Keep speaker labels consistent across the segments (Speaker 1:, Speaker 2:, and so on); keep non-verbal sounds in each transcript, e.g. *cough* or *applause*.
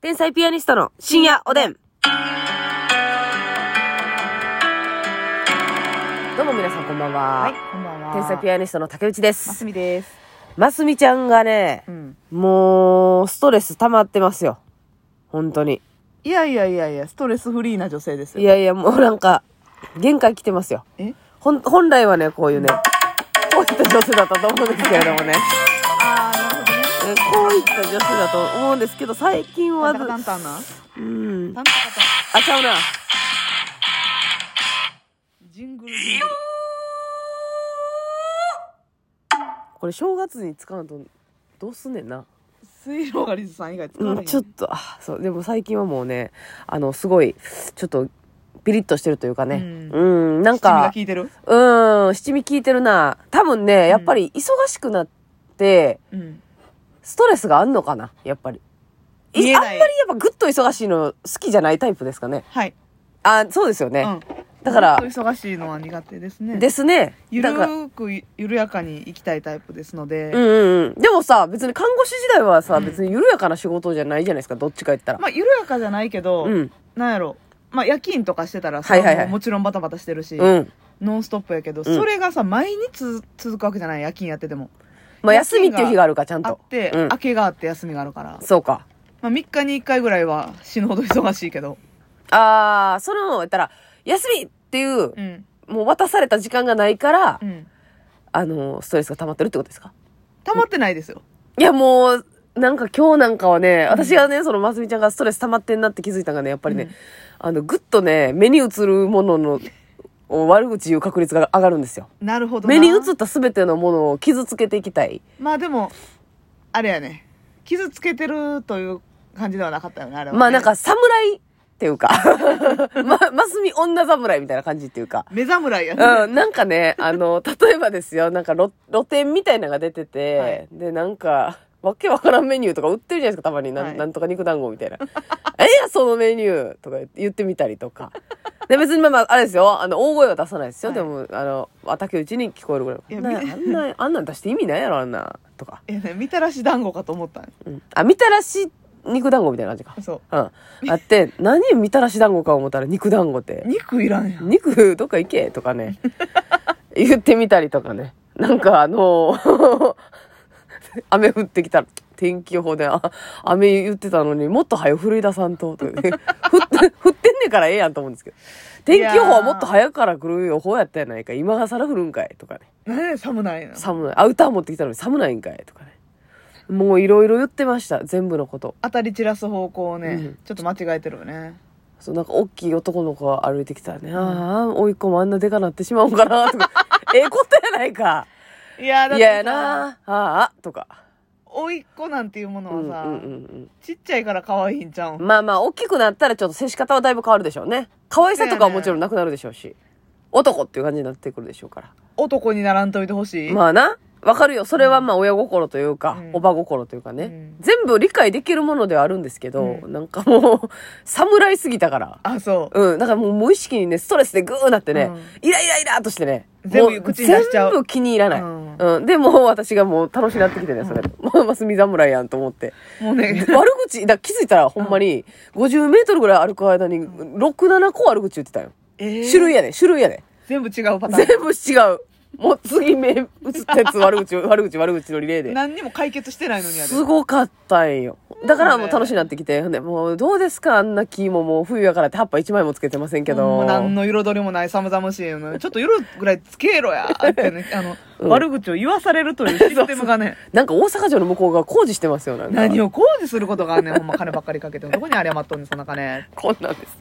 Speaker 1: 天才ピアニストの深夜おでん。どうも皆さんこんばんは。
Speaker 2: はい、こんばんは。
Speaker 1: 天才ピ
Speaker 2: ア
Speaker 1: アニストの竹内で。
Speaker 2: ますすみです。
Speaker 1: ますみちゃんがね
Speaker 2: う、ん。
Speaker 1: もう、ストレス溜まってますよ。本当に。
Speaker 2: いやいやいやいや、ストレスフリーな女性ですよ。
Speaker 1: いやいや、もうなんか、限界来てますよ。
Speaker 2: え
Speaker 1: ほん、本来はね、こういうね、こういった女性だったと思うんですけれどもね。
Speaker 2: あー、なるほどね。
Speaker 1: えこういった女性だと思うんですけど、最近
Speaker 2: タ
Speaker 1: は
Speaker 2: ンタ、カタンタンな。
Speaker 1: うん。
Speaker 2: タンタカタン。
Speaker 1: あ、ちゃうな。
Speaker 2: ジングルジングル。
Speaker 1: これ正月に使うと、どうすんねんな。
Speaker 2: 水路がりずさん以外使わ
Speaker 1: う、
Speaker 2: なんい。
Speaker 1: ちょっと、あ、そう、でも最近はもうね、あの、すごい、ちょっと、ピリッとしてるというかね。う、
Speaker 2: うん
Speaker 1: なん
Speaker 2: 七味が
Speaker 1: か
Speaker 2: 効、いてる
Speaker 1: うん、七味効いてるな。多分ね、やっぱり忙しくなって、
Speaker 2: うん。
Speaker 1: ストレスがあんのかな、やっぱり。
Speaker 2: 見
Speaker 1: い
Speaker 2: え
Speaker 1: あん
Speaker 2: な
Speaker 1: まり
Speaker 2: い
Speaker 1: やっぱぐっと忙しいの好きじゃないタイプですかね。
Speaker 2: はい。
Speaker 1: あ、そうですよ
Speaker 2: う
Speaker 1: ね。
Speaker 2: ん。
Speaker 1: だから
Speaker 2: ちょっと忙しいのは苦手ですね。
Speaker 1: で。すね。
Speaker 2: ゆる
Speaker 1: だから
Speaker 2: ーく、緩やかに行きたいタイプですので。
Speaker 1: うんうんうん。でもさ、別に看護師時代はさ、
Speaker 2: うん
Speaker 1: 別に緩やかな仕事じゃないじゃないですか、どっちか言ったら。
Speaker 2: まあ、緩やかじゃないけど、
Speaker 1: うん。
Speaker 2: なんやろ。まあ、夜勤とかしてたら
Speaker 1: はいはいはい
Speaker 2: それももちろんバタバタしてるし、
Speaker 1: うん。
Speaker 2: ノンストップやけど、
Speaker 1: ん
Speaker 2: それがさ、毎日続くわけじゃない、夜勤やってても。
Speaker 1: まあ、休みっていう日があるか、ちゃん
Speaker 2: あっ
Speaker 1: と。
Speaker 2: て、
Speaker 1: うん
Speaker 2: 明けがあって休みがあるから、
Speaker 1: そうか。
Speaker 2: まあ、3日に1回ぐらいは死ぬほど忙しいけど、
Speaker 1: あー、その、言ったら、休みっていう、
Speaker 2: うん
Speaker 1: もう渡された時間がないから、
Speaker 2: うん、
Speaker 1: あの、ストレスが溜まってるってことですか
Speaker 2: 溜まってないですよ、
Speaker 1: いや、もう、なんか今日なんかはね、私がね、その、ますみちゃんがストレス溜まってんなって気づいたのがね、やっぱりね、
Speaker 2: うん
Speaker 1: あの、ぐっとね、目に映るものの、お悪口言う確率が上がるんですよ。
Speaker 2: なるほどな
Speaker 1: 目に映った全てのものを傷つけていきたい。
Speaker 2: まあでもあれやね傷つけてるという感じではなかったよねあれはね
Speaker 1: まあなんか、侍っていうか、 *laughs* ま、 *laughs* ますみ女侍みたいな感じっていうか。
Speaker 2: 目侍やね、
Speaker 1: うん、なんかね、あの、 *laughs* 例えばですよ、なんか露露店みたいなのが出てて、
Speaker 2: はい
Speaker 1: で、なんか、わけわからんメニューとか売ってるじゃないですか、たまに。なん,、
Speaker 2: はい
Speaker 1: なんとか肉団子みたいな。 *laughs* えや、そのメニューとか言ってみたりとか。で、別にまあまあ、あれですよ、あの、大声は出さないですよ。
Speaker 2: はい
Speaker 1: でも、あの、畑うちに聞こえるぐらい。
Speaker 2: いや
Speaker 1: なんや
Speaker 2: み
Speaker 1: あんな、あんなん出して意味ないやろ、あんな、とか。
Speaker 2: えねみたらし団子かと思ったん
Speaker 1: うん。あ、みたらし肉団子みたいな感じか。
Speaker 2: そう
Speaker 1: うん。あって、何みたらし団子か思ったら肉団子って。
Speaker 2: 肉いらんやん
Speaker 1: 肉どっか行けとかね言ってみたりとかねなんかあのー *laughs* 雨降ってきた天気予報であ雨言ってたのにもっと早く降り出さんととかね *laughs* 降って降ってんねんからええやんと思うんですけど天気予報はもっと早くから来る予報やったやないか今が更降るんかいとかね
Speaker 2: 何や寒ないな
Speaker 1: 寒いアウター持ってきたのに寒ないんかいとかねもういろいろ言ってました全部のこと
Speaker 2: 当たり散らす方向をね、
Speaker 1: うん
Speaker 2: ちょっと間違えてるよね
Speaker 1: そうなんか大きい男の子が歩いてきたらね、ああ甥いっ子もあんなでかなってしまうんかなと
Speaker 2: *laughs*
Speaker 1: かええことやないか
Speaker 2: いやだっ
Speaker 1: い
Speaker 2: て
Speaker 1: や
Speaker 2: さ
Speaker 1: やなあああとか、
Speaker 2: おいっ子なんていうも
Speaker 1: う
Speaker 2: の
Speaker 1: ん
Speaker 2: はさ、
Speaker 1: うんうん
Speaker 2: ちっちゃいから可愛いんちゃう
Speaker 1: うんん、まあまあ大きくなったらちょっと接し方はだいぶ変わるでしょうね可愛さとかはもちろんなくなるでしょうし男っていう感じになってくるでしょうか
Speaker 2: 男にならんといてほしい、
Speaker 1: らまあなわかるよそれはまあ親心というか、
Speaker 2: うん
Speaker 1: おば心というかね、
Speaker 2: うん
Speaker 1: 全部理解できるものではあるんですけど、
Speaker 2: う
Speaker 1: なんかもう *laughs* 侍すぎたから
Speaker 2: あそう
Speaker 1: うん、だからもう無意識にね、ストレスでグーなってね、イライライラーっとしてね、
Speaker 2: 全部
Speaker 1: もう
Speaker 2: 口に出しちゃう
Speaker 1: 全部気に入らない。う
Speaker 2: うんん、
Speaker 1: で、もう私がもう楽しなってきてね、それ。もうますみ侍やんと思って。
Speaker 2: *laughs* もうね、
Speaker 1: 悪口、だから気づいたらほんまに、50メートルぐらい歩く間に、6、7個悪口言ってたよ。種類やね、種類やね。
Speaker 2: 全部違うパタ
Speaker 1: 全
Speaker 2: ー
Speaker 1: 部違う。もう次目映ったやつ悪
Speaker 2: *laughs*
Speaker 1: 口、悪口、悪口のリレー
Speaker 2: ン。
Speaker 1: で。
Speaker 2: 何にも解決してないのにやです
Speaker 1: ごかったんよ。だからもう楽しになってきて、ほんで、もうどうですかあんな木ももう冬やからって葉っぱ1枚もつけてませんけ
Speaker 2: も
Speaker 1: ど
Speaker 2: う。何の彩りもない寒々しいの。ちょっと夜ぐらいつけろやっ
Speaker 1: *laughs*
Speaker 2: てね、あの、
Speaker 1: うん
Speaker 2: 悪口を言わされるというシステムがね、
Speaker 1: なんか大阪城の向こうが工事してますよ、なんか。
Speaker 2: 何を工事することがあんねん、ほんま金ばっかりかけて。どこにあれ余っとんねん、そんな金。
Speaker 1: こんなんです。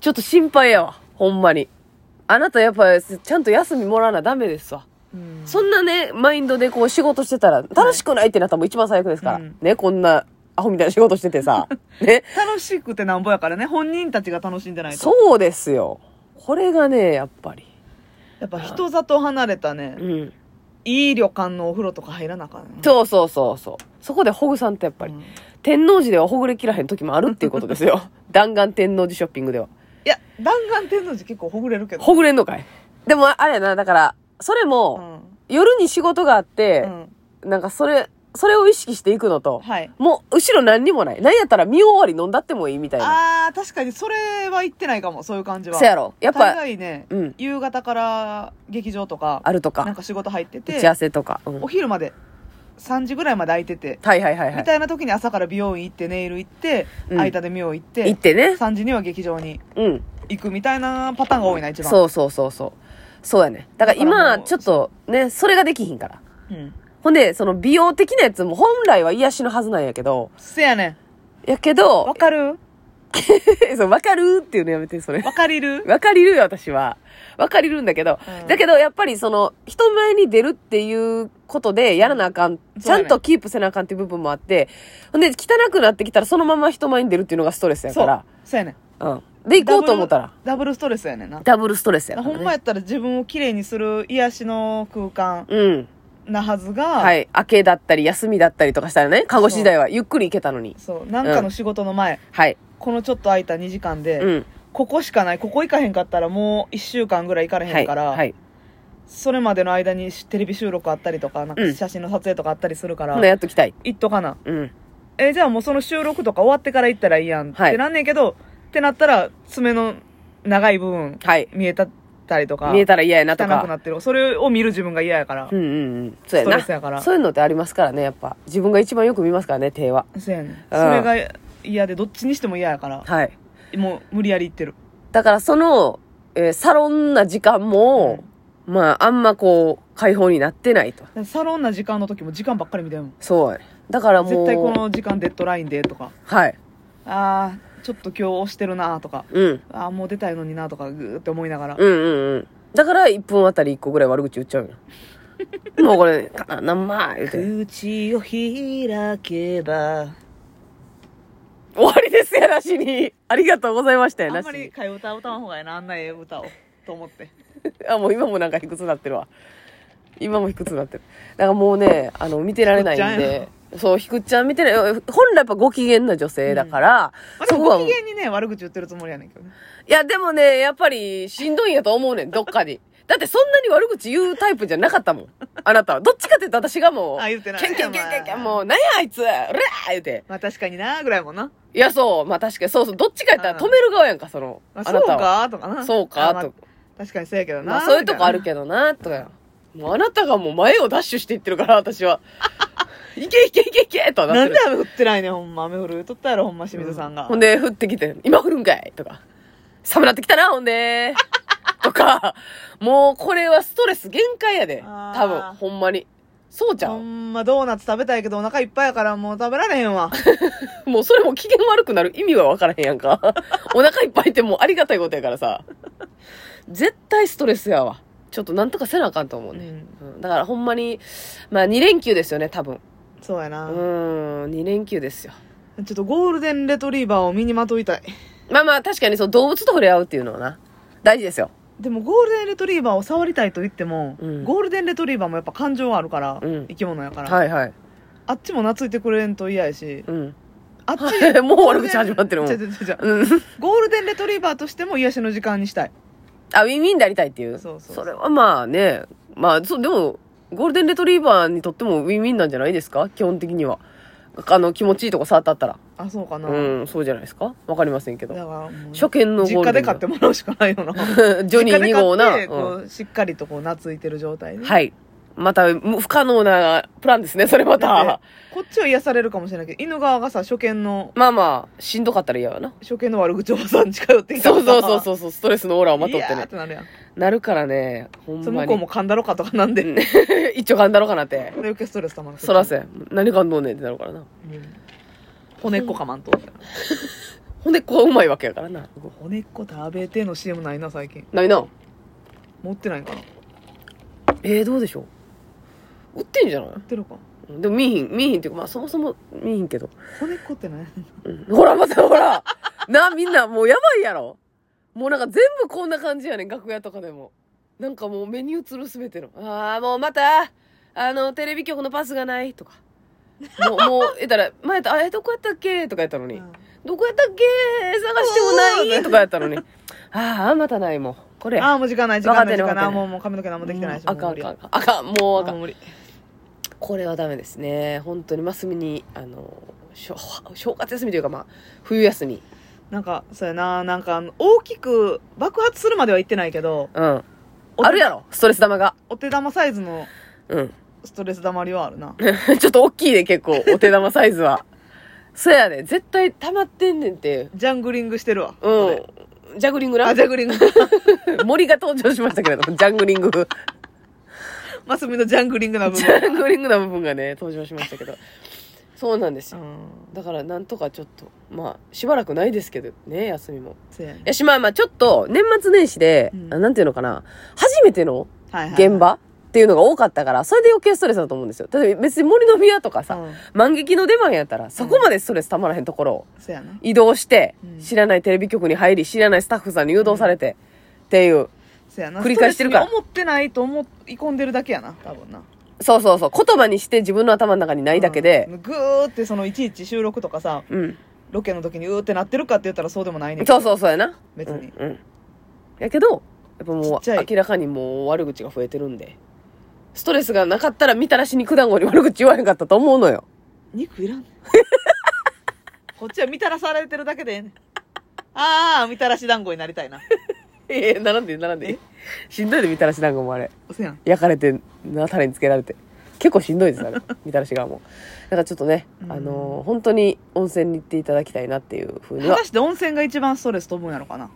Speaker 1: ちょっと心配やわ。ほんまに。あなたやっぱりちゃんと休みもらわなダメですわ。
Speaker 2: うん
Speaker 1: そんなね、マインドでこう仕事してたら、楽しくないってなったらもう一番最悪ですから。
Speaker 2: うん
Speaker 1: ね、こんなアホみたいな仕事してて
Speaker 2: *laughs*
Speaker 1: さ。ね。
Speaker 2: 楽しくてなんぼやからね、本人たちが楽しんでないと。
Speaker 1: そうですよ。これがね、やっぱり。
Speaker 2: やっぱ人里離れたね
Speaker 1: う、ん。
Speaker 2: いい旅館のお風呂とか入らなあかんねん。
Speaker 1: そうそうそうそう。そこでほぐさんってやっぱり、
Speaker 2: うんい
Speaker 1: 天王寺ではほぐれきらへん時もあるっていうことです
Speaker 2: *laughs*
Speaker 1: よ。弾丸天王寺ショッピングでは。
Speaker 2: や、弾丸天王寺結構ほぐれるけど。
Speaker 1: ほぐれんのかいでもあれやな、だから、それ
Speaker 2: う
Speaker 1: も、
Speaker 2: ん。
Speaker 1: 夜に仕事があって、
Speaker 2: うん
Speaker 1: なんかそれそれを意識していくのと、
Speaker 2: はい
Speaker 1: もう後ろ何にもない。何やったら見終わり飲んだってもいいみたいな。
Speaker 2: あー確かにそれは言ってないかもそういう感じは
Speaker 1: そやろ。やっぱ、
Speaker 2: 大概ね、
Speaker 1: うん
Speaker 2: 夕方から劇場とか
Speaker 1: あると
Speaker 2: なん
Speaker 1: か、
Speaker 2: か仕事入って
Speaker 1: 打ち合
Speaker 2: て
Speaker 1: わせとか。うん
Speaker 2: お昼まで3時ぐらいまで空いてて、
Speaker 1: はいはいはいは
Speaker 2: み
Speaker 1: い。
Speaker 2: たいな時に朝から美容院行ってネイル行って、
Speaker 1: うん
Speaker 2: 間で美容院行って
Speaker 1: 行ってね。
Speaker 2: 3時には劇場に
Speaker 1: うん。
Speaker 2: 行くみたいなパターンが多いな一番
Speaker 1: そうそうそうそう。そうやね。だから
Speaker 2: だから
Speaker 1: 今、
Speaker 2: もう
Speaker 1: ちょっとね、それができひんから。
Speaker 2: う、ん、
Speaker 1: ほんで、その美容的なやつも本来は癒しのはずなんやけど、
Speaker 2: せやね
Speaker 1: やけ
Speaker 2: んわ
Speaker 1: ど、
Speaker 2: かる
Speaker 1: *laughs* そうわかるっていうのやめて、それ。
Speaker 2: わかりる
Speaker 1: わかりるよ、私は。わかりるんだけど。
Speaker 2: うん
Speaker 1: だけど、やっぱりその、人前に出るっていうことでやらなあかん。
Speaker 2: ん
Speaker 1: ちゃんとキープせなあかんっていう部分もあって。ほんで、汚くなってきたらそのまま人前に出るっていうのがストレスや
Speaker 2: そ
Speaker 1: か
Speaker 2: う
Speaker 1: ら。
Speaker 2: せやねん
Speaker 1: うん。で、行こうと思ったら。
Speaker 2: ダブルストレスやねんな
Speaker 1: ダブルストレスやから、ね。
Speaker 2: ほんまやったら自分をきれいにする癒しの空間
Speaker 1: うん。
Speaker 2: なはずが、
Speaker 1: はい。明けだったり、休みだったりとかしたらね、看護師時代はゆっくり行けたのに。
Speaker 2: そうなんかの仕事の前、
Speaker 1: はい。
Speaker 2: このちょっと空いた2時間で、
Speaker 1: うん。
Speaker 2: ここしかないここ行かへんかったらもう1週間ぐらい行かれ
Speaker 1: は
Speaker 2: へん
Speaker 1: い。
Speaker 2: から、
Speaker 1: はい。
Speaker 2: それまでの間にテレビ収録あったりとかなん
Speaker 1: う
Speaker 2: か
Speaker 1: ん
Speaker 2: 写真の撮影とかあったりするから、
Speaker 1: ほな、やっときたい。
Speaker 2: 行っとかな
Speaker 1: うん。
Speaker 2: えじゃあもうその収録とか終わってから行ったらいいやんっ
Speaker 1: はい
Speaker 2: てなんねんけど、ってなったら爪の長い部分
Speaker 1: はい。
Speaker 2: 見えたったりとか
Speaker 1: 見えたら嫌やなと
Speaker 2: 汚くな
Speaker 1: か。
Speaker 2: ってるそれを見る自分が嫌やから、
Speaker 1: うんうんうん。そうや
Speaker 2: スト
Speaker 1: な
Speaker 2: レスやから
Speaker 1: そういうのってありますからね、やっぱ。自分が一番よく見ますからね、手は。
Speaker 2: そうやねんそれが嫌でどっちにしても嫌やから
Speaker 1: はい。
Speaker 2: もう無理やり行ってる
Speaker 1: だからその、えーサロンな時間も、まあ、あんまこう、解放になってないと。
Speaker 2: だってサロンな時間の時も時間ばっかり見てるもん
Speaker 1: そうやね。だからもう、
Speaker 2: 絶対この時間デッドラインでとか
Speaker 1: はい。
Speaker 2: あーちょっと今日押してるなとか
Speaker 1: うん。
Speaker 2: あーもう出たいのになとかぐーって思いながら、
Speaker 1: うんうんうん。だから、1分あたり1個ぐらい悪口言っちゃ
Speaker 2: *laughs*
Speaker 1: うよ。もうこれ、かなんまー言うて。
Speaker 2: 口を開けば
Speaker 1: 終わりですやなしに。ありがとうございましたや
Speaker 2: あ
Speaker 1: なんし
Speaker 2: まり
Speaker 1: に。
Speaker 2: 替え歌歌わん方がええなあんなええ歌をと思って
Speaker 1: あ、もう今もなんか卑屈になってるわ。今も卑屈になってる。だからもうね、あの、見てられないん
Speaker 2: ひくっちゃんや
Speaker 1: で。そう、ひくっちゃん見てない。本来やっぱご機嫌な女性だから、
Speaker 2: まあで
Speaker 1: そ
Speaker 2: も
Speaker 1: こは
Speaker 2: ご
Speaker 1: も
Speaker 2: 機
Speaker 1: う。
Speaker 2: 嫌にね悪口言ってるつもりやねんけどね
Speaker 1: いや、でもね、やっぱりしんどいんやと思うねん、どっかに。だってそんなに悪口言うタイプじゃなかったもん。あなたは。どっちかって言うと私がもう、
Speaker 2: あ言ってない
Speaker 1: ケンケンケンケンケン、
Speaker 2: まあ
Speaker 1: もう、なんやあいつうらー言うて。
Speaker 2: まあ確かになぐらいもんな、
Speaker 1: いや、そう、まあ確かに、そうそう、どっちかやったら
Speaker 2: うん
Speaker 1: 止める側やんか、その、
Speaker 2: まあ、
Speaker 1: あ
Speaker 2: そ
Speaker 1: な
Speaker 2: う
Speaker 1: たは。
Speaker 2: かとかな
Speaker 1: そう
Speaker 2: あ
Speaker 1: か、
Speaker 2: まあ
Speaker 1: と。
Speaker 2: 確かにそうやけどな、
Speaker 1: まあそういうとこある
Speaker 2: ど
Speaker 1: けどな、とか。もうあなたがもう前をダッシュしていってるから、私
Speaker 2: *laughs*
Speaker 1: は。いけいけいけいけとはな
Speaker 2: な
Speaker 1: って
Speaker 2: ん
Speaker 1: る
Speaker 2: で。雨降ってないねんほんま雨降る言うとったやろほんま清水さんが、
Speaker 1: ほんで、降ってきて、今降るんかいとか。寒なってきたな、ほんで。 *laughs* とか、もうこれはストレス限界やで。
Speaker 2: あー
Speaker 1: 多分、ほんまに。そうじゃ
Speaker 2: ほ
Speaker 1: ん。
Speaker 2: んまドーナツ食べたいけどお腹いっぱいやからもう食べられへんわ
Speaker 1: もうそれも機嫌悪くなる意味はわからへんやん
Speaker 2: *laughs*
Speaker 1: か。お腹いっぱいってもうありがたいことやからさ。絶対ストレスやわ。ちょっとなんとかせなあかんと思うね。うんだからほんまに、まあ2連休ですよね、多分。
Speaker 2: そうやな、
Speaker 1: うーん、2連休ですよ。
Speaker 2: ちょっとゴールデンレトリーバーを身にまといたい
Speaker 1: まあまあ確かにその動物と触れ合うっていうのはな、大事ですよ。
Speaker 2: でもゴールデンレトリーバーを触りたいと言っても、
Speaker 1: うん
Speaker 2: ゴールデンレトリーバーもやっぱ感情あるから、
Speaker 1: うん
Speaker 2: 生き物やから、
Speaker 1: はいはい。
Speaker 2: あっちも懐いてくれんと嫌やし
Speaker 1: うん。 *laughs*
Speaker 2: あっち
Speaker 1: もう *laughs* 悪口始まってるもん
Speaker 2: 違う違う違う違う
Speaker 1: うん。
Speaker 2: ゴールデンレトリーバーとしても癒しの時間にしたい
Speaker 1: あ、ウィンウィンでありたいっていう。
Speaker 2: そうそう
Speaker 1: それはまあね、まあ、そう、でも、ゴールデンレトリーバーにとってもウィンウィンなんじゃないですか基本的には。あの、気持ちいいとこ触ったったら。
Speaker 2: あそうかな、
Speaker 1: うん、そうじゃないですかわかりませんけ
Speaker 2: だから
Speaker 1: ど。
Speaker 2: もう
Speaker 1: 初見のゴ
Speaker 2: 実
Speaker 1: ールデ
Speaker 2: 家で
Speaker 1: ン
Speaker 2: 買ってもらうしかないよな
Speaker 1: *laughs* ジョニー
Speaker 2: 実家で買って
Speaker 1: 2号な。
Speaker 2: こ *laughs*
Speaker 1: うん
Speaker 2: うしっかりとこう懐いてる状態で、
Speaker 1: はい。また、む不可能なプランですね、それま。
Speaker 2: だったてこっちは癒されるかもしれないけど犬側がさ初見の
Speaker 1: まあまあ、しんどかったら嫌やな。
Speaker 2: 初見の悪口おばさん *laughs* に近寄ってきたら
Speaker 1: そう
Speaker 2: さ
Speaker 1: そうそうそうそう、ストレスのオーラをまとっ
Speaker 2: い
Speaker 1: て
Speaker 2: やーっ
Speaker 1: ね。
Speaker 2: てなるやん
Speaker 1: なるからね、ほん
Speaker 2: その
Speaker 1: ま
Speaker 2: 向こう
Speaker 1: に。
Speaker 2: も噛んだろかとかなんで、で
Speaker 1: *laughs* 一丁噛んだろかなって。
Speaker 2: 余計ストレスたまる
Speaker 1: そらせん、何噛んどんねんってなるからな。
Speaker 2: うん骨っこかまんと
Speaker 1: ほんで、ここうまいわけやからな。
Speaker 2: 骨っこ食べての CM ないな最近
Speaker 1: ないな。
Speaker 2: 持ってないんかな売
Speaker 1: えー、どうでしょう売ってんじゃない
Speaker 2: ってるか
Speaker 1: でも見えひん、見えひんっていうか、まあそもそも見えひんけど。
Speaker 2: 骨っこってない
Speaker 1: うんほら、またほらな、みんなもうやばいやろもうなんか全部こんな感じやねん、楽屋とかでも。なんかもう目に映るすべての。ああ、もうまた、あの、テレビ局のパスがないとか。もう、もう、えたら、前やったら、あれどこやったっけとかやったのに。
Speaker 2: うん
Speaker 1: どこやったっけ探してもないとかやったのに。 *laughs* ああ、またないもん。これや。
Speaker 2: ああもう時間ない時間ない時
Speaker 1: 分かってる分かって
Speaker 2: 間ない
Speaker 1: る
Speaker 2: もうもう髪の毛何もできてないし
Speaker 1: あかんあ
Speaker 2: もう無理
Speaker 1: かんあかん、もうあかん
Speaker 2: もう無理
Speaker 1: これはダメですね本当にマスミにあのしょ正月休みというかまあ冬休み
Speaker 2: なんかそうやななんかあの大きく爆発するまでは言ってないけど
Speaker 1: うん
Speaker 2: お
Speaker 1: あるやろストレス玉が
Speaker 2: お手玉サイズの
Speaker 1: うん *laughs*
Speaker 2: ストレス溜まりはあるな
Speaker 1: ちょっと大きいで結構お手玉サイズは *laughs* そやね絶対溜まってんねんって
Speaker 2: ジャングリングしてるわここで
Speaker 1: うんジャグリングな
Speaker 2: あジャグリング *laughs*
Speaker 1: *laughs* 森が登場しましたけれどもジャングリング
Speaker 2: マスミのジャングリングな
Speaker 1: *laughs*
Speaker 2: 部
Speaker 1: ジ
Speaker 2: 分
Speaker 1: ャングリングな部分がね登場しましたけどそうなんです
Speaker 2: う
Speaker 1: よ
Speaker 2: ん
Speaker 1: だからなんとかちょっとまあしばらくないですけどね休みも
Speaker 2: そうやね
Speaker 1: やしまあまあちょっと年末年始で、
Speaker 2: うん
Speaker 1: あなんていうのかな初めての
Speaker 2: はいはい
Speaker 1: 現場っていうのが多かったからそれで余計ストレスだと思うんですよ例えば別に森の宮とかさ、
Speaker 2: うん
Speaker 1: 万劇の出番やったらそこまでストレスたまらへんところを
Speaker 2: そうやな
Speaker 1: 移動して、
Speaker 2: うん
Speaker 1: 知らないテレビ局に入り知らないスタッフさんに誘導されて、っていう
Speaker 2: そうやな
Speaker 1: 繰り返してるから
Speaker 2: ストレスに思ってないと思い込んでるだけやな多分な
Speaker 1: そうそうそう言葉にして自分の頭の中にないだけで、
Speaker 2: うんぐーってそのいちいち収録とかさ
Speaker 1: うん、
Speaker 2: ロケの時にうーってなってるかって言ったらそうでもないねんけ
Speaker 1: そ
Speaker 2: ど
Speaker 1: うそうそうやな
Speaker 2: 別に
Speaker 1: うんうんやけどやっぱ
Speaker 2: ち
Speaker 1: も
Speaker 2: っちゃいう
Speaker 1: 明らかにもう悪口が増えてるんでストレスがなかったらみたらしに果物に悪口言わへんかったと思うのよ
Speaker 2: 肉いらんねん *laughs* こっちはみたらされてるだけでええねんああみたらし団子になりたいな
Speaker 1: *laughs* ええ並んで並んでしんどいでみたらし団子もあれ
Speaker 2: そうやん
Speaker 1: 焼かれてなタレにつけられて結構しんどいですあれみたらしがもうだからちょっとね、
Speaker 2: うん
Speaker 1: あのー本当に温泉に行っていただきたいなっていうふうに
Speaker 2: 果
Speaker 1: は
Speaker 2: たして温泉が一番ストレス飛ぶんやろかな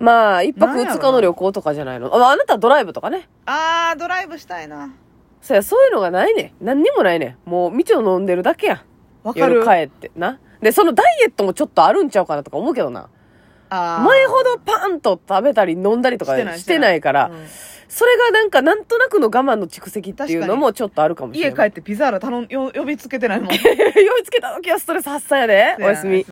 Speaker 1: まあ一泊
Speaker 2: なんや
Speaker 1: 二
Speaker 2: ろ
Speaker 1: 日の旅行とかじゃないのあまああなたはドライブとかね
Speaker 2: あードライブしたいな
Speaker 1: そうやそういうのがないねん何にもないねんもう道を飲んでるだけやん
Speaker 2: わかる
Speaker 1: 夜帰ってなでそのダイエットもちょっとあるんちゃうかなとか思うけどな
Speaker 2: あー
Speaker 1: 前ほどパンと食べたり飲んだりとか
Speaker 2: してない
Speaker 1: してないから、
Speaker 2: うん
Speaker 1: それがなんかなんとなくの我慢の蓄積っていうのもちょっとあるかもしれ *laughs*
Speaker 2: 家帰
Speaker 1: ない
Speaker 2: ってピザーラ頼んよ呼びつけてないもん
Speaker 1: 家帰酔いつけた時はストレス発散やでおやすみ